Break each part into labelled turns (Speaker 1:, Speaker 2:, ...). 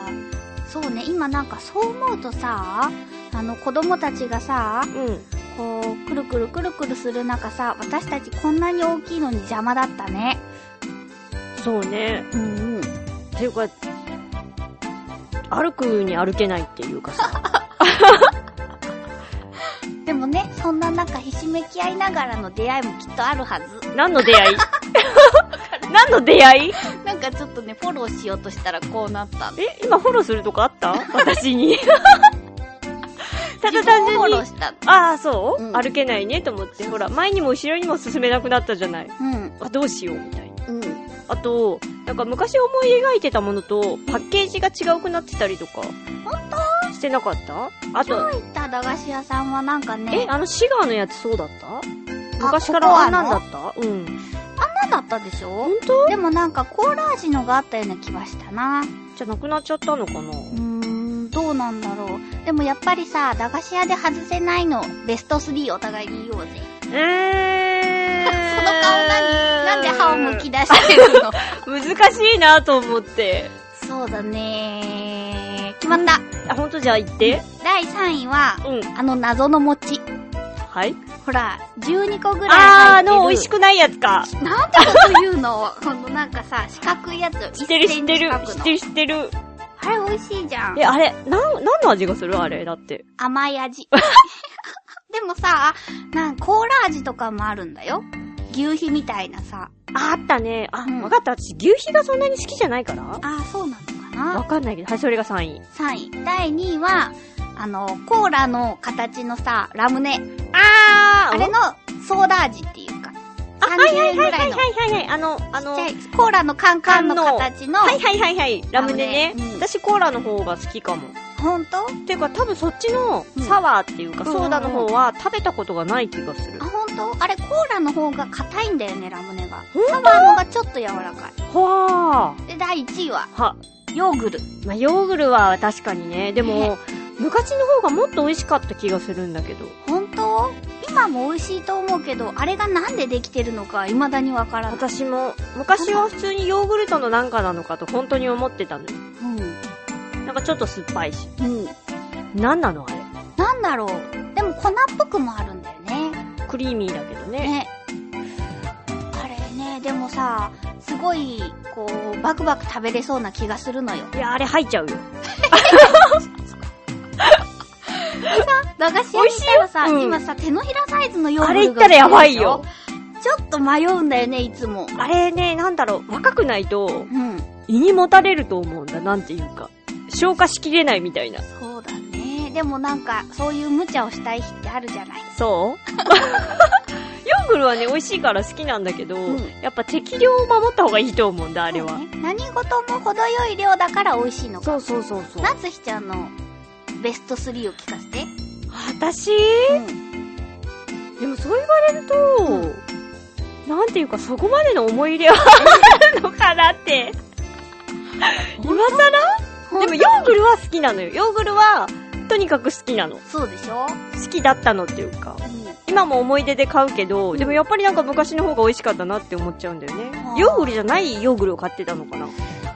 Speaker 1: ーそうね今なんかそう思うとさあの子供たちがさ
Speaker 2: うん。
Speaker 1: こうくるくるくるくるする中さ私たちこんなに大きいのに邪魔だったね
Speaker 2: そうね。
Speaker 1: うんうん
Speaker 2: っていうか、歩くに歩けないっていう かさ。
Speaker 1: でもねそんな中ひしめき合いながらの出会いもきっとあるはず
Speaker 2: 何の出会 い何の出会い
Speaker 1: なんかちょっとねフォローしようとしたらこうなった
Speaker 2: え、今フォローするとこあ った私に。
Speaker 1: 自分をフォロー
Speaker 2: ただ単純に。
Speaker 1: したの
Speaker 2: ああ、そう、
Speaker 1: うん
Speaker 2: 歩けないねと思って、ほら、前にも後ろにも進めなくなったじゃない。
Speaker 1: うん
Speaker 2: あ、どうしようみたいな。
Speaker 1: うん
Speaker 2: あと、なんか昔思い描いてたものと、パッケージが違うくなってたりとか。してなかったあと、
Speaker 1: 行った駄菓子屋さんはなんか
Speaker 2: え、
Speaker 1: ね
Speaker 2: あのシガーのやつそうだった
Speaker 1: あ
Speaker 2: 昔か
Speaker 1: ココ
Speaker 2: ら
Speaker 1: ア
Speaker 2: あんなん
Speaker 1: の
Speaker 2: だったうん。
Speaker 1: あんなだったでしょ
Speaker 2: 本当
Speaker 1: でもなんかコーラ味のがあったような気はしたな
Speaker 2: じゃなくなっちゃったのかな
Speaker 1: うーんどうなんだろうでもやっぱりさ駄菓子屋で外せないのベスト3お互いに言おうぜ
Speaker 2: えー。
Speaker 1: その顔何なんで歯をむき出してる の
Speaker 2: 難しいなと思って。
Speaker 1: そうだね決まった
Speaker 2: あ、ほんとじゃあ行って。
Speaker 1: 第3位は
Speaker 2: うん。
Speaker 1: あの謎の餅
Speaker 2: はい。
Speaker 1: ほら12個ぐらい入
Speaker 2: あー、あ
Speaker 1: ってる
Speaker 2: の、美味しくないやつか。
Speaker 1: なんてこと言うのこのなんかさ四角いやつ
Speaker 2: 知ってる知
Speaker 1: 一点
Speaker 2: って
Speaker 1: に
Speaker 2: る
Speaker 1: 四角。
Speaker 2: 知
Speaker 1: の
Speaker 2: ってる知ってる。
Speaker 1: あれ美味しいじゃん
Speaker 2: え、あれ、なん、何の味がするあれ、だって。
Speaker 1: 甘い 味でもさなんコーラ味とかもあるんだよ牛皮みたいなさ
Speaker 2: あ、あったね。あ、わ、
Speaker 1: うん
Speaker 2: かった。私、牛皮がそんなに好きじゃないから
Speaker 1: あーそうなのかな
Speaker 2: わかんないけど。はい、それが3位。
Speaker 1: 3位。第2位は、あの、コーラの形のさ、ラムネ。
Speaker 2: あ
Speaker 1: あれ
Speaker 2: は
Speaker 1: のソーダ味っていうか。
Speaker 2: あ
Speaker 1: 30円ぐらい
Speaker 2: い
Speaker 1: の。
Speaker 2: はいはいはい。あの、あの、
Speaker 1: ちっちゃいコーラのカンカンの
Speaker 2: 缶の
Speaker 1: 形の。
Speaker 2: はいはいはいはい。ラムネ
Speaker 1: ラ
Speaker 2: ね。
Speaker 1: ムネうん
Speaker 2: 私コーラの方が好きかも。
Speaker 1: ほんとあ、
Speaker 2: ていうか多分そっちの
Speaker 1: うん
Speaker 2: サワーっていうか、
Speaker 1: うん
Speaker 2: ソーダの方は食べたことがない気がする。
Speaker 1: ほんとあれ、コーラの方が硬いんだよね、ラムネが。
Speaker 2: ほんと
Speaker 1: サワーの方がちょっと柔らか。
Speaker 2: はい
Speaker 1: で、第1位は、
Speaker 2: あ。は、
Speaker 1: ヨーグル。
Speaker 2: まあ、ヨーグルは確かにね。で
Speaker 1: ね
Speaker 2: も、昔の方がもっと美味しかった気がするんだけど。
Speaker 1: ほんと今も美味しいと思うけど、あれがなんでできてるのか、未だにわからない。
Speaker 2: 私も、昔は普通にヨーグルトのなんかなのかと本当に思ってたのよ。
Speaker 1: うん。
Speaker 2: なんかちょっと酸っぱいし。
Speaker 1: うん。
Speaker 2: なんなのあれ。
Speaker 1: なんだろう。でも粉っぽくもあるんだよね。
Speaker 2: クリーミーだけどね。
Speaker 1: ね。あれね、でもさ、すごい、こう、バクバク食べれそうな気がするのよ。
Speaker 2: いや、あれ入っちゃうよ。
Speaker 1: 駄菓子屋に行ったらさ、
Speaker 2: 美味しいようん
Speaker 1: 今さ、手のひらサイズのヨーグルト
Speaker 2: あれ行ったらやばいよ。
Speaker 1: ちょっと迷うんだよね、いつも。
Speaker 2: あれね、なんだろう、若くないと、
Speaker 1: うん。
Speaker 2: 胃にもたれると思うんだ、なんていうか。消化しきれないみたいな。
Speaker 1: そうだね。でもなんか、そういう無茶をしたい日ってあるじゃない。
Speaker 2: そう ヨーグルはね、美味しいから好きなんだけど、
Speaker 1: うん
Speaker 2: やっぱ適量を守った方がいいと思うんだ、あれは。
Speaker 1: そうね何事も程よい量だから美味しいのか。
Speaker 2: うそうそうそ
Speaker 1: なつひちゃんの、ベスト3を聞かせて。
Speaker 2: 私
Speaker 1: うん
Speaker 2: でもそう言われると、なんていうか、そこまでの思い入れはあるのかなって。今更でもヨーグルは好きなのよ。ヨーグルは、とにかく好きなの。
Speaker 1: そうでしょ
Speaker 2: 好きだったのっていうか。
Speaker 1: うん。
Speaker 2: 今も思い出で買うけど、
Speaker 1: うん
Speaker 2: でもやっぱりなんか昔の方が美味しかったなって思っちゃうんだよね
Speaker 1: あ。ー
Speaker 2: ヨーグルじゃないヨーグルを買ってたのかな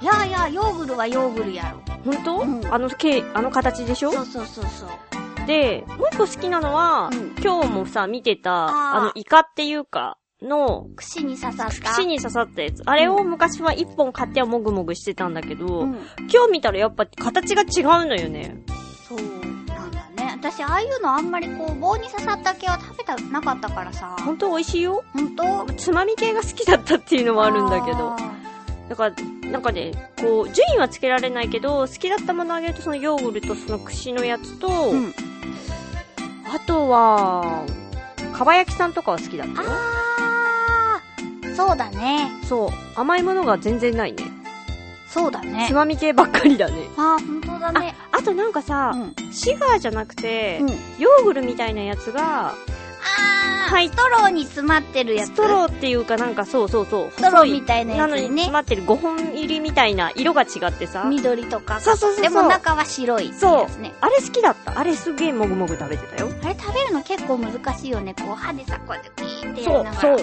Speaker 2: い
Speaker 1: やいや、ヨーグルはヨーグルやろ。
Speaker 2: 本当、
Speaker 1: うん
Speaker 2: あのけあの形でしょ
Speaker 1: そうそうそうそう。
Speaker 2: で、もう一個好きなのは、
Speaker 1: うん
Speaker 2: 今日もさ、見てた、
Speaker 1: あー
Speaker 2: あの、イカっていうか、の、
Speaker 1: 串に刺さった。
Speaker 2: 串に刺さったやつ。あれを昔は一本買ってはもぐもぐしてたんだけど、
Speaker 1: うん
Speaker 2: 今日見たらやっぱ形が違うのよね。
Speaker 1: そうなんだね。私、ああいうのあんまりこう、棒に刺さった系は食べたなかったからさ。
Speaker 2: ほんと美味しいよ。
Speaker 1: ほんと
Speaker 2: つまみ系が好きだったっていうのもあるんだけど
Speaker 1: あ。
Speaker 2: だから、なんかね、こう、順位はつけられないけど、好きだったものあげると、そのヨーグルト、その串のやつと、
Speaker 1: ーうん。
Speaker 2: あとは、かば焼きさんとかは好きだったよ。
Speaker 1: あー、そうだね。
Speaker 2: そう。甘いものが全然ないね。
Speaker 1: そうだね
Speaker 2: つ。まみ系ばっかりだね。
Speaker 1: あー、ほんとだね。
Speaker 2: あとなんか
Speaker 1: う
Speaker 2: さ、
Speaker 1: ん。
Speaker 2: シガーじゃなくて、
Speaker 1: うん。
Speaker 2: ヨーグルみたいなやつが、
Speaker 1: あー、
Speaker 2: はい
Speaker 1: ストローに詰まってるやつ。
Speaker 2: ストローっていうかなんかそうそうそう、
Speaker 1: ストロ
Speaker 2: 細
Speaker 1: ー
Speaker 2: い
Speaker 1: み。たいなや
Speaker 2: な
Speaker 1: つ
Speaker 2: のに
Speaker 1: に
Speaker 2: 詰
Speaker 1: ね。
Speaker 2: まってる5本入りみたいな色が違ってさ。
Speaker 1: 緑とか。
Speaker 2: そうそうそう
Speaker 1: で
Speaker 2: そう
Speaker 1: も中は白いってやつね。
Speaker 2: あれ好きだった。あれすげえもぐもぐ食べてたよ。
Speaker 1: あれ食べるの結構難しいよね。こう歯でさ、こうやってピーってや
Speaker 2: そ
Speaker 1: り
Speaker 2: う
Speaker 1: な、が
Speaker 2: そ
Speaker 1: ら。
Speaker 2: う。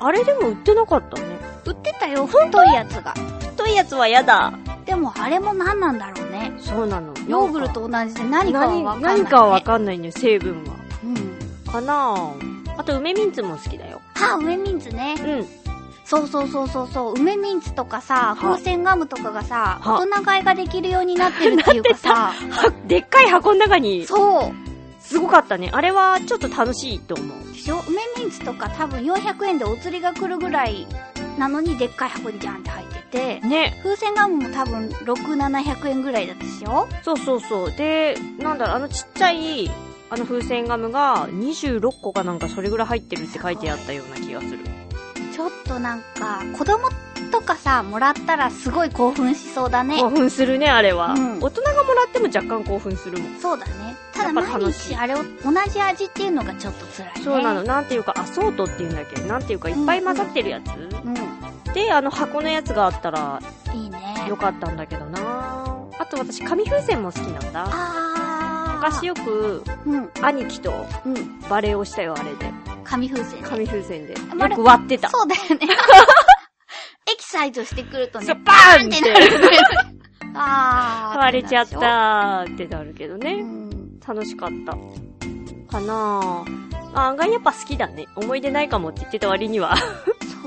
Speaker 2: あれでも売ってなかったね。
Speaker 1: 売ってたよ、太いやつが。
Speaker 2: 太いやつはやだ。
Speaker 1: でもあれも何なんだろうね。
Speaker 2: そうなの。
Speaker 1: ヨーグルト同じで何かは
Speaker 2: 何
Speaker 1: 分かんない、ね。
Speaker 2: 何かはわかんないね、成分は。
Speaker 1: うん。
Speaker 2: かなぁ。あと、梅ミンツも好きだよ。
Speaker 1: は、梅ミンツね
Speaker 2: う。ん。
Speaker 1: そうそうそうそうそう。梅ミンツとかさ、
Speaker 2: は
Speaker 1: 風船ガムとかがさ、
Speaker 2: は
Speaker 1: 大人買いができるようになってるっていうか さ、
Speaker 2: は、でっかい箱の中に、
Speaker 1: そう。
Speaker 2: すごかったね。あれは、ちょっと楽しいと思う。
Speaker 1: でしょ梅ミンツとか多分400円でお釣りが来るぐらいなのにでっかい箱にジャンって入ってて、
Speaker 2: ね。
Speaker 1: 風船ガムも多分6、700円ぐらいだったでしょ
Speaker 2: そうそうそう。で、なんだろう、あのちっちゃい、あの風船ガムが26個かなんかそれぐらい入ってるって書いてあったような気がする。
Speaker 1: ちょっとなんか、子供とかさ、もらったらすごい興奮しそうだね。
Speaker 2: 興奮するね、あれは、
Speaker 1: うん
Speaker 2: 大人がもらっても若干興奮するもん。
Speaker 1: そうだね。ただ
Speaker 2: やっぱ
Speaker 1: 毎
Speaker 2: 楽しい
Speaker 1: 日あれを同じ味っていうのがちょっと辛いね。
Speaker 2: そうなの。。なんていうか、アソートっていうんだっけなんていうか、いっぱい混ざってるやつ、
Speaker 1: う
Speaker 2: で、あの箱のやつがあったら
Speaker 1: ん。いいね。
Speaker 2: よかったんだけどなあと私、紙風船も好きなんだ。
Speaker 1: あー。
Speaker 2: 昔よく、
Speaker 1: うん。
Speaker 2: 兄貴と
Speaker 1: うん。
Speaker 2: バレーをしたよ、あれで。
Speaker 1: 紙風船ね。
Speaker 2: 紙風船で。よ
Speaker 1: バレ
Speaker 2: く割ってた。
Speaker 1: そうだよ ね。エキサイトしてくるとね、
Speaker 2: そう
Speaker 1: バ
Speaker 2: バ
Speaker 1: ー
Speaker 2: ー
Speaker 1: ン
Speaker 2: ンっ
Speaker 1: っててなる よね。あー。
Speaker 2: 割れちゃっ
Speaker 1: ってなる
Speaker 2: たーってなるけど
Speaker 1: でしょ。う
Speaker 2: ね。
Speaker 1: ん。
Speaker 2: 楽しかった。かなぁ。案外やっぱ好きだね。思い出ないかもって言ってた割には。
Speaker 1: そ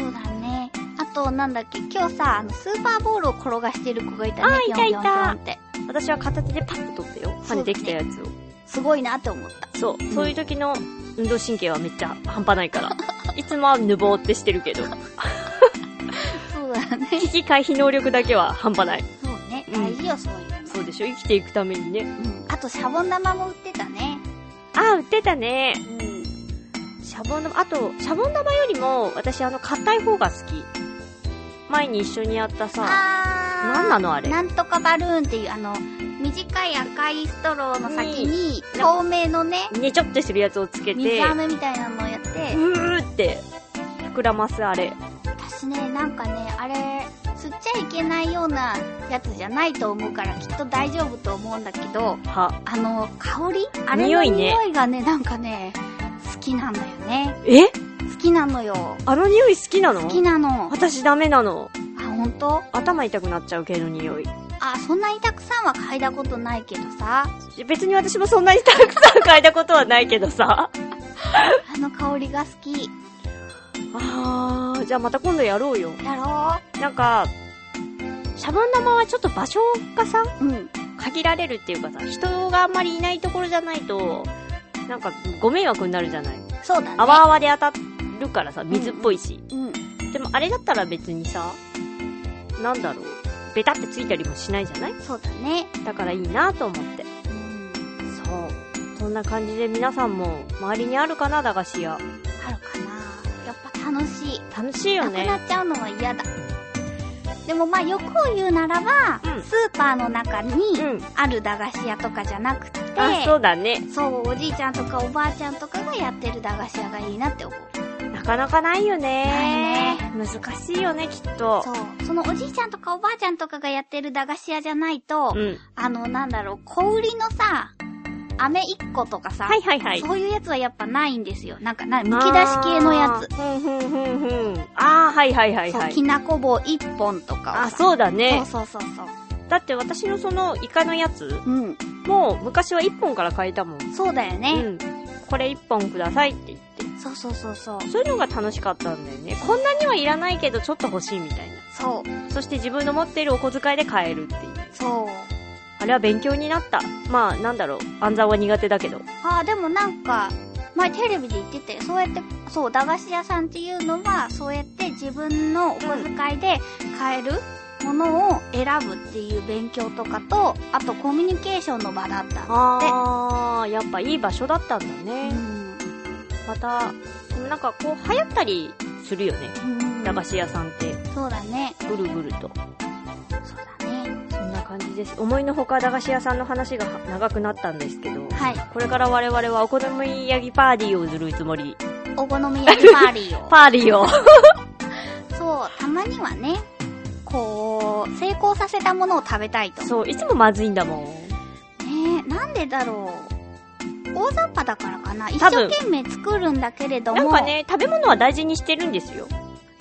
Speaker 1: うだね。あと、なんだっけ、今日さ、あの、スーパーボールを転がしてる子がいたね。
Speaker 2: あー
Speaker 1: ピ
Speaker 2: いた
Speaker 1: ョンピョン
Speaker 2: いた
Speaker 1: ピョンって。
Speaker 2: 私は片手でパッと取ったよ。跳ねてきたやつを。
Speaker 1: すごいなって思った。
Speaker 2: そう,、
Speaker 1: ん
Speaker 2: そういう時の運動神経はめっちゃ半端ないから。いつもはぬぼーってしてる けど。
Speaker 1: そうだね。
Speaker 2: 危機回避能力だけは半端ない。
Speaker 1: そうね。
Speaker 2: うん
Speaker 1: 大事よ、そういうの。
Speaker 2: そうでしょ生きていくためにね。
Speaker 1: うんあと、シャボン玉も売ってたね。
Speaker 2: あ、売ってたね。
Speaker 1: うん。
Speaker 2: シャボン玉、あと、シャボン玉よりも、私あの、硬い方が好き。前に一緒にやったさ、
Speaker 1: あー。
Speaker 2: なんなのあれ。
Speaker 1: なんとかバルーンっていう、あの、短い赤いストローの先に、
Speaker 2: うん
Speaker 1: 透明のね、
Speaker 2: ねちょっとしてるやつをつけて
Speaker 1: 水、飴みたいなのをやって、
Speaker 2: うーって、膨らますあれ。
Speaker 1: 私ね、なんかね、あれ、吸っちゃいけないようなやつじゃないと思うから、きっと大丈夫と思うんだけど、
Speaker 2: は。
Speaker 1: あの、香りあれ
Speaker 2: 匂
Speaker 1: の
Speaker 2: いね
Speaker 1: 匂いがね、なんかね、好きなんだよね。
Speaker 2: え
Speaker 1: 好きなのよ。
Speaker 2: あの匂い好きなの
Speaker 1: 好きなの。
Speaker 2: 私ダメなの。
Speaker 1: あ、ほんと
Speaker 2: 頭痛くなっちゃう系の匂い。
Speaker 1: あ、そんなにたくさんは嗅いだことないけどさ、
Speaker 2: 別に私もそんなにたくさん嗅いだことはないけどさ。
Speaker 1: あの香りが好き。
Speaker 2: あー、じゃあまた今度やろうよ。
Speaker 1: やろ
Speaker 2: なんか、シャボン玉はちょっと場所がさ、
Speaker 1: ううん。
Speaker 2: 限られるっていうかさ、人があんまりいないところじゃないと、なんかご迷惑になるじゃない。
Speaker 1: そうだね。
Speaker 2: あわあわで当たるからさ、水っぽいし。
Speaker 1: うん。
Speaker 2: でもあれだったら別にさ、なんだろう、ベタってついたりもしないじゃない
Speaker 1: そうだね。
Speaker 2: だからいいなと思って。
Speaker 1: うん。
Speaker 2: そう。そんな感じで皆さんも周りにあるかな、駄菓子屋。
Speaker 1: あるかなやっぱ楽しい。
Speaker 2: 楽しいよ
Speaker 1: なくな
Speaker 2: ね。
Speaker 1: っちゃうのは嫌だ。でもまあ欲を言うならば、
Speaker 2: うん
Speaker 1: スーパーの中に
Speaker 2: うん。
Speaker 1: ある駄菓子屋とかじゃなくて、
Speaker 2: あ、そうだね。
Speaker 1: そうおじいちゃんとかおばあちゃんとかがやってる駄菓子屋がいいなって思う。
Speaker 2: なかなかないよね。
Speaker 1: な
Speaker 2: 難しいよね、きっと。
Speaker 1: そう。そのおじいちゃんとかおばあちゃんとかがやってる駄菓子屋じゃないと、
Speaker 2: うん。
Speaker 1: あの、なんだろう、小売りのさ、飴1個とかさ、
Speaker 2: はいはいはい。
Speaker 1: そういうやつはやっぱないんですよ。なんか、な、むき出し系のやつ。
Speaker 2: あー。ふんふんふんふん。あー、はいはいはい
Speaker 1: そう
Speaker 2: は、い
Speaker 1: き。なこ棒一本とかをさ
Speaker 2: あ、そうだね。
Speaker 1: そうそうそうそう。
Speaker 2: だって私のそのイカのやつ
Speaker 1: うん。
Speaker 2: も昔は1本から買えたもん。
Speaker 1: そうだよ
Speaker 2: う
Speaker 1: ね。
Speaker 2: ん。これ1本くださいって言って。
Speaker 1: そうそうそうそう。
Speaker 2: そういうのが楽しかったんだよね。こんなにはいらないけどちょっと欲しいみたいな。
Speaker 1: そう。
Speaker 2: そして自分の持っているお小遣いで買えるっていう。
Speaker 1: そう。
Speaker 2: あれは勉強になった。まあ、なんだろう。暗算は苦手だけど。
Speaker 1: ああ、でもなんか、前テレビで言ってて、そうやって、そう、駄菓子屋さんっていうのは、そうやって自分のお小遣いで買えるものを選ぶっていう勉強とかと、あとコミュニケーションの場だったの。
Speaker 2: あー、やっぱいい場所だったんだ
Speaker 1: う
Speaker 2: ね。
Speaker 1: ん。
Speaker 2: また、なんかこう流行ったりするよね。
Speaker 1: うん
Speaker 2: 駄菓子屋さんって、
Speaker 1: そうだね。
Speaker 2: ぐるぐると。
Speaker 1: そうだね。
Speaker 2: そんな感じです。思いのほか駄菓子屋さんの話が長くなったんですけど、
Speaker 1: はい。
Speaker 2: これから我々はお好み焼きパーティーをするつもり。
Speaker 1: お好み焼きパーリー を。
Speaker 2: パーティーを。
Speaker 1: そう、たまにはね、こう、成功させたものを食べたいと。
Speaker 2: そう、いつもまずいんだもん。
Speaker 1: ねえ、なんでだろう。大雑把だからかな。一
Speaker 2: 多分
Speaker 1: 生懸命作るんだけれど
Speaker 2: なん
Speaker 1: も、
Speaker 2: かね、食べ物は大事にしてるんですよ。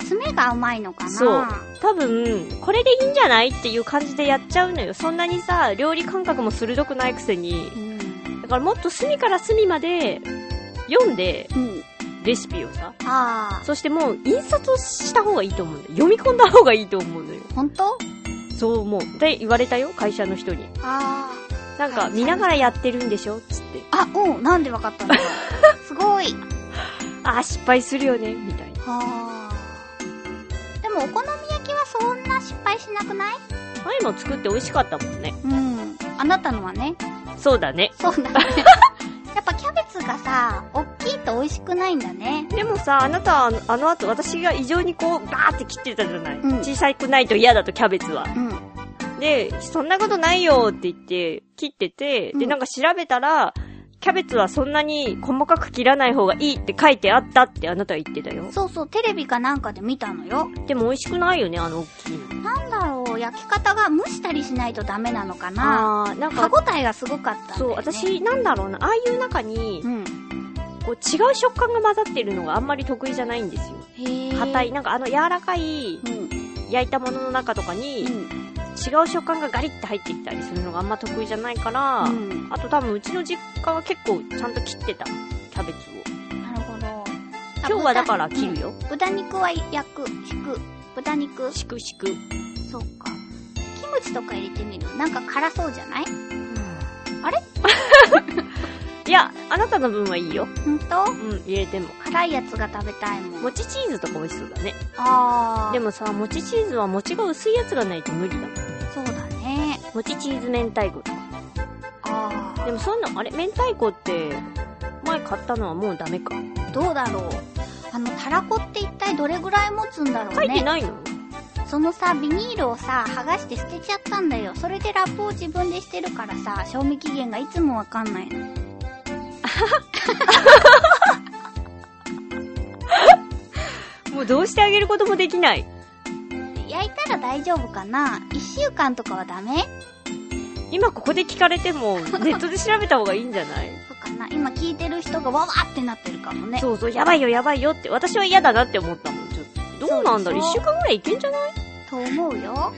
Speaker 1: 爪が甘いのかな。
Speaker 2: そう多分、これでいいんじゃないっていう感じでやっちゃうのよ。そんなにさ、料理感覚も鋭くないくせに。
Speaker 1: うん。
Speaker 2: だからもっと隅から隅まで読んで、
Speaker 1: うん。
Speaker 2: レシピをさ。
Speaker 1: あ
Speaker 2: そしてもう、印刷をした方がいいと思うんだよ。読み込んだ方がいいと思うのよ。
Speaker 1: あ、ほんと
Speaker 2: そう思う。で、言われたよ、会社の人に。
Speaker 1: あ
Speaker 2: なん
Speaker 1: は
Speaker 2: か、
Speaker 1: い
Speaker 2: 見ながらやってるんでしょつって。
Speaker 1: あ。あ、うん、なんでわかった んだろう。すごい。
Speaker 2: あー、失敗するよね、みたいな。
Speaker 1: はあ。でも、お好み焼きはそんな失敗しなくない
Speaker 2: 前も作って美味しかったもんね。
Speaker 1: うん。あなたのはね。
Speaker 2: そうだね。
Speaker 1: そうだね。 やっぱキャベツがさ、おっきいと美味しくないんだね。
Speaker 2: でもさ、あなたはあのあの後、私が異常にこう、バーって切ってたじゃない、
Speaker 1: うん
Speaker 2: 小さくないと嫌だと、キャベツは。
Speaker 1: うん。
Speaker 2: で、そんなことないよって言って、切ってて、
Speaker 1: う
Speaker 2: で、
Speaker 1: ん
Speaker 2: なんか調べたら、キャベツはそんなに細かく切らない方がいいって書いてあったってあなたは言ってたよ。
Speaker 1: そうそう、テレビかなんかで見たのよ。
Speaker 2: でも美味しくないよね、あの大きいの。
Speaker 1: なんだろう、焼き方が蒸したりしないとダメなのかな。
Speaker 2: あー、なん
Speaker 1: 歯
Speaker 2: か、
Speaker 1: 応えがすごかったんだよ、ね。
Speaker 2: そう、。私、なんだろうな、ああいう中に
Speaker 1: う、ん。
Speaker 2: こう違う食感が混ざってるのがあんまり得意じゃないんですよ。
Speaker 1: へえ。
Speaker 2: 硬い、。なんかあの柔らかい
Speaker 1: うん。
Speaker 2: 焼いたものの中とかに、
Speaker 1: う。
Speaker 2: 違うん食感がガリッて入ってきたりするのがあんま得意じゃないから、
Speaker 1: うん
Speaker 2: あと多分うちの実家は結構ちゃんと切ってた、キャベツを。
Speaker 1: なるほど。
Speaker 2: 今日はだから切る
Speaker 1: よ。
Speaker 2: よ。
Speaker 1: 豚肉は焼く、引く。豚肉、
Speaker 2: しくしく。
Speaker 1: そうか。キムチとか入れてみるなんか辛そうじゃないあれ
Speaker 2: いや、あなたの分はいいよ。
Speaker 1: ほんと
Speaker 2: うん、入れても。
Speaker 1: 辛いやつが食べたいもん。
Speaker 2: 餅チーズとか美味しそうだね。
Speaker 1: あー。
Speaker 2: でもさ、餅チーズは餅が薄いやつがないと無理だもん。
Speaker 1: そうだね。
Speaker 2: 餅チーズ明太子とか。
Speaker 1: あ
Speaker 2: でもそんな、あれ明太子って、前買ったのはもうダメか。
Speaker 1: ー。どうだろう。あの、たらこって一体どれぐらい持つんだろうね。
Speaker 2: 書いてないの、
Speaker 1: そのさ、ビニールをさ、剥がして捨てちゃったんだよ。それでラップを自分でしてるからさ、賞味期限がいつもわかんないの。
Speaker 2: もうどうしてあげることもできない。
Speaker 1: 焼いたら大丈夫かな一週間とかはダメ
Speaker 2: 今ここで聞かれても、 ネットで調べた方がいいんじゃない
Speaker 1: そうかな今聞いてる人がわわってなってるかもね。
Speaker 2: そうそう、やばいよやばいよって、私は嫌だなって思ったもん、ちょっと。どうなんだろう一
Speaker 1: そうでし
Speaker 2: 週
Speaker 1: ょ
Speaker 2: 間ぐらいいけんじゃない
Speaker 1: と思うよ。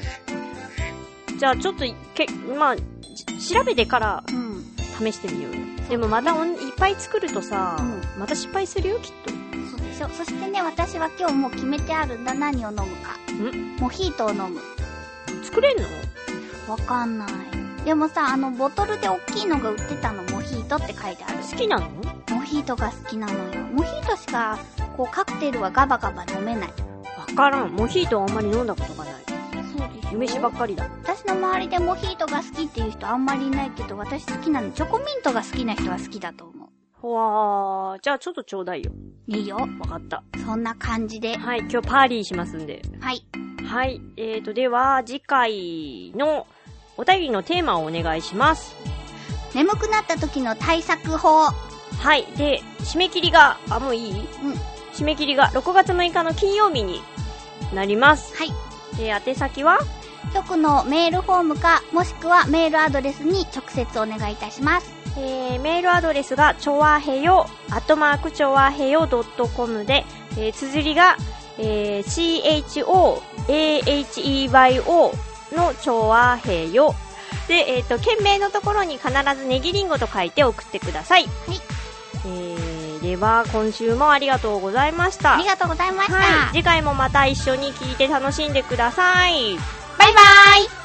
Speaker 2: じゃあちょっと、け、まあ、じ調べてから
Speaker 1: うん。
Speaker 2: 試してみようよ。でもまたおんいっぱい作るとさ、
Speaker 1: う
Speaker 2: また失敗するよ、きっと。
Speaker 1: そうでしょ。そしてね、私は今日もう決めてあるんだ。何を飲むか。モヒートを飲む。
Speaker 2: 作れんの
Speaker 1: わかんない。でもさ、あの、ボトルで大きいのが売ってたの、モヒートって書いてある。
Speaker 2: 好きなの
Speaker 1: モヒートが好きなのよ。モヒートしか、こう、カクテルはガバガバ飲めない。
Speaker 2: わからん。モヒートはあんまり飲んだことがない。
Speaker 1: そうで
Speaker 2: 梅酒ばっかりだ。
Speaker 1: 私の周りでモヒートが好きっていう人あんまりいないけど、私好きなの。チョコミントが好きな人は好きだと思
Speaker 2: ほわー。じゃあちょっとちょうだいよ。
Speaker 1: う。いいよ。
Speaker 2: わかった。
Speaker 1: そんな感じで。
Speaker 2: はい、今日パーリーしますんで。
Speaker 1: はい。
Speaker 2: はい。えーと、では、次回のお便りのテーマをお願いします。
Speaker 1: 眠くなった時の対策法。。
Speaker 2: はい。で、締め切りが、あ、もういいうん締め切りが6月6日の金曜日になります。
Speaker 1: はい。
Speaker 2: で、宛先は
Speaker 1: 局のメールフォームか、もしくはメールアドレスに直接お願いいたします。。
Speaker 2: えー、メールアドレスが、ちょわへよ、アットマークちょわへよ .com で、えー、綴りが、えー、CHOAHEYO、の調和平よ。で、えっ、と、件名のところに必ずネギリンゴと書いて送ってください。はいえー、では、今週もありがとうございました。
Speaker 1: ありがとうございました。
Speaker 2: はい。次回もまた一緒に聞いて楽しんでください。
Speaker 1: バイバイ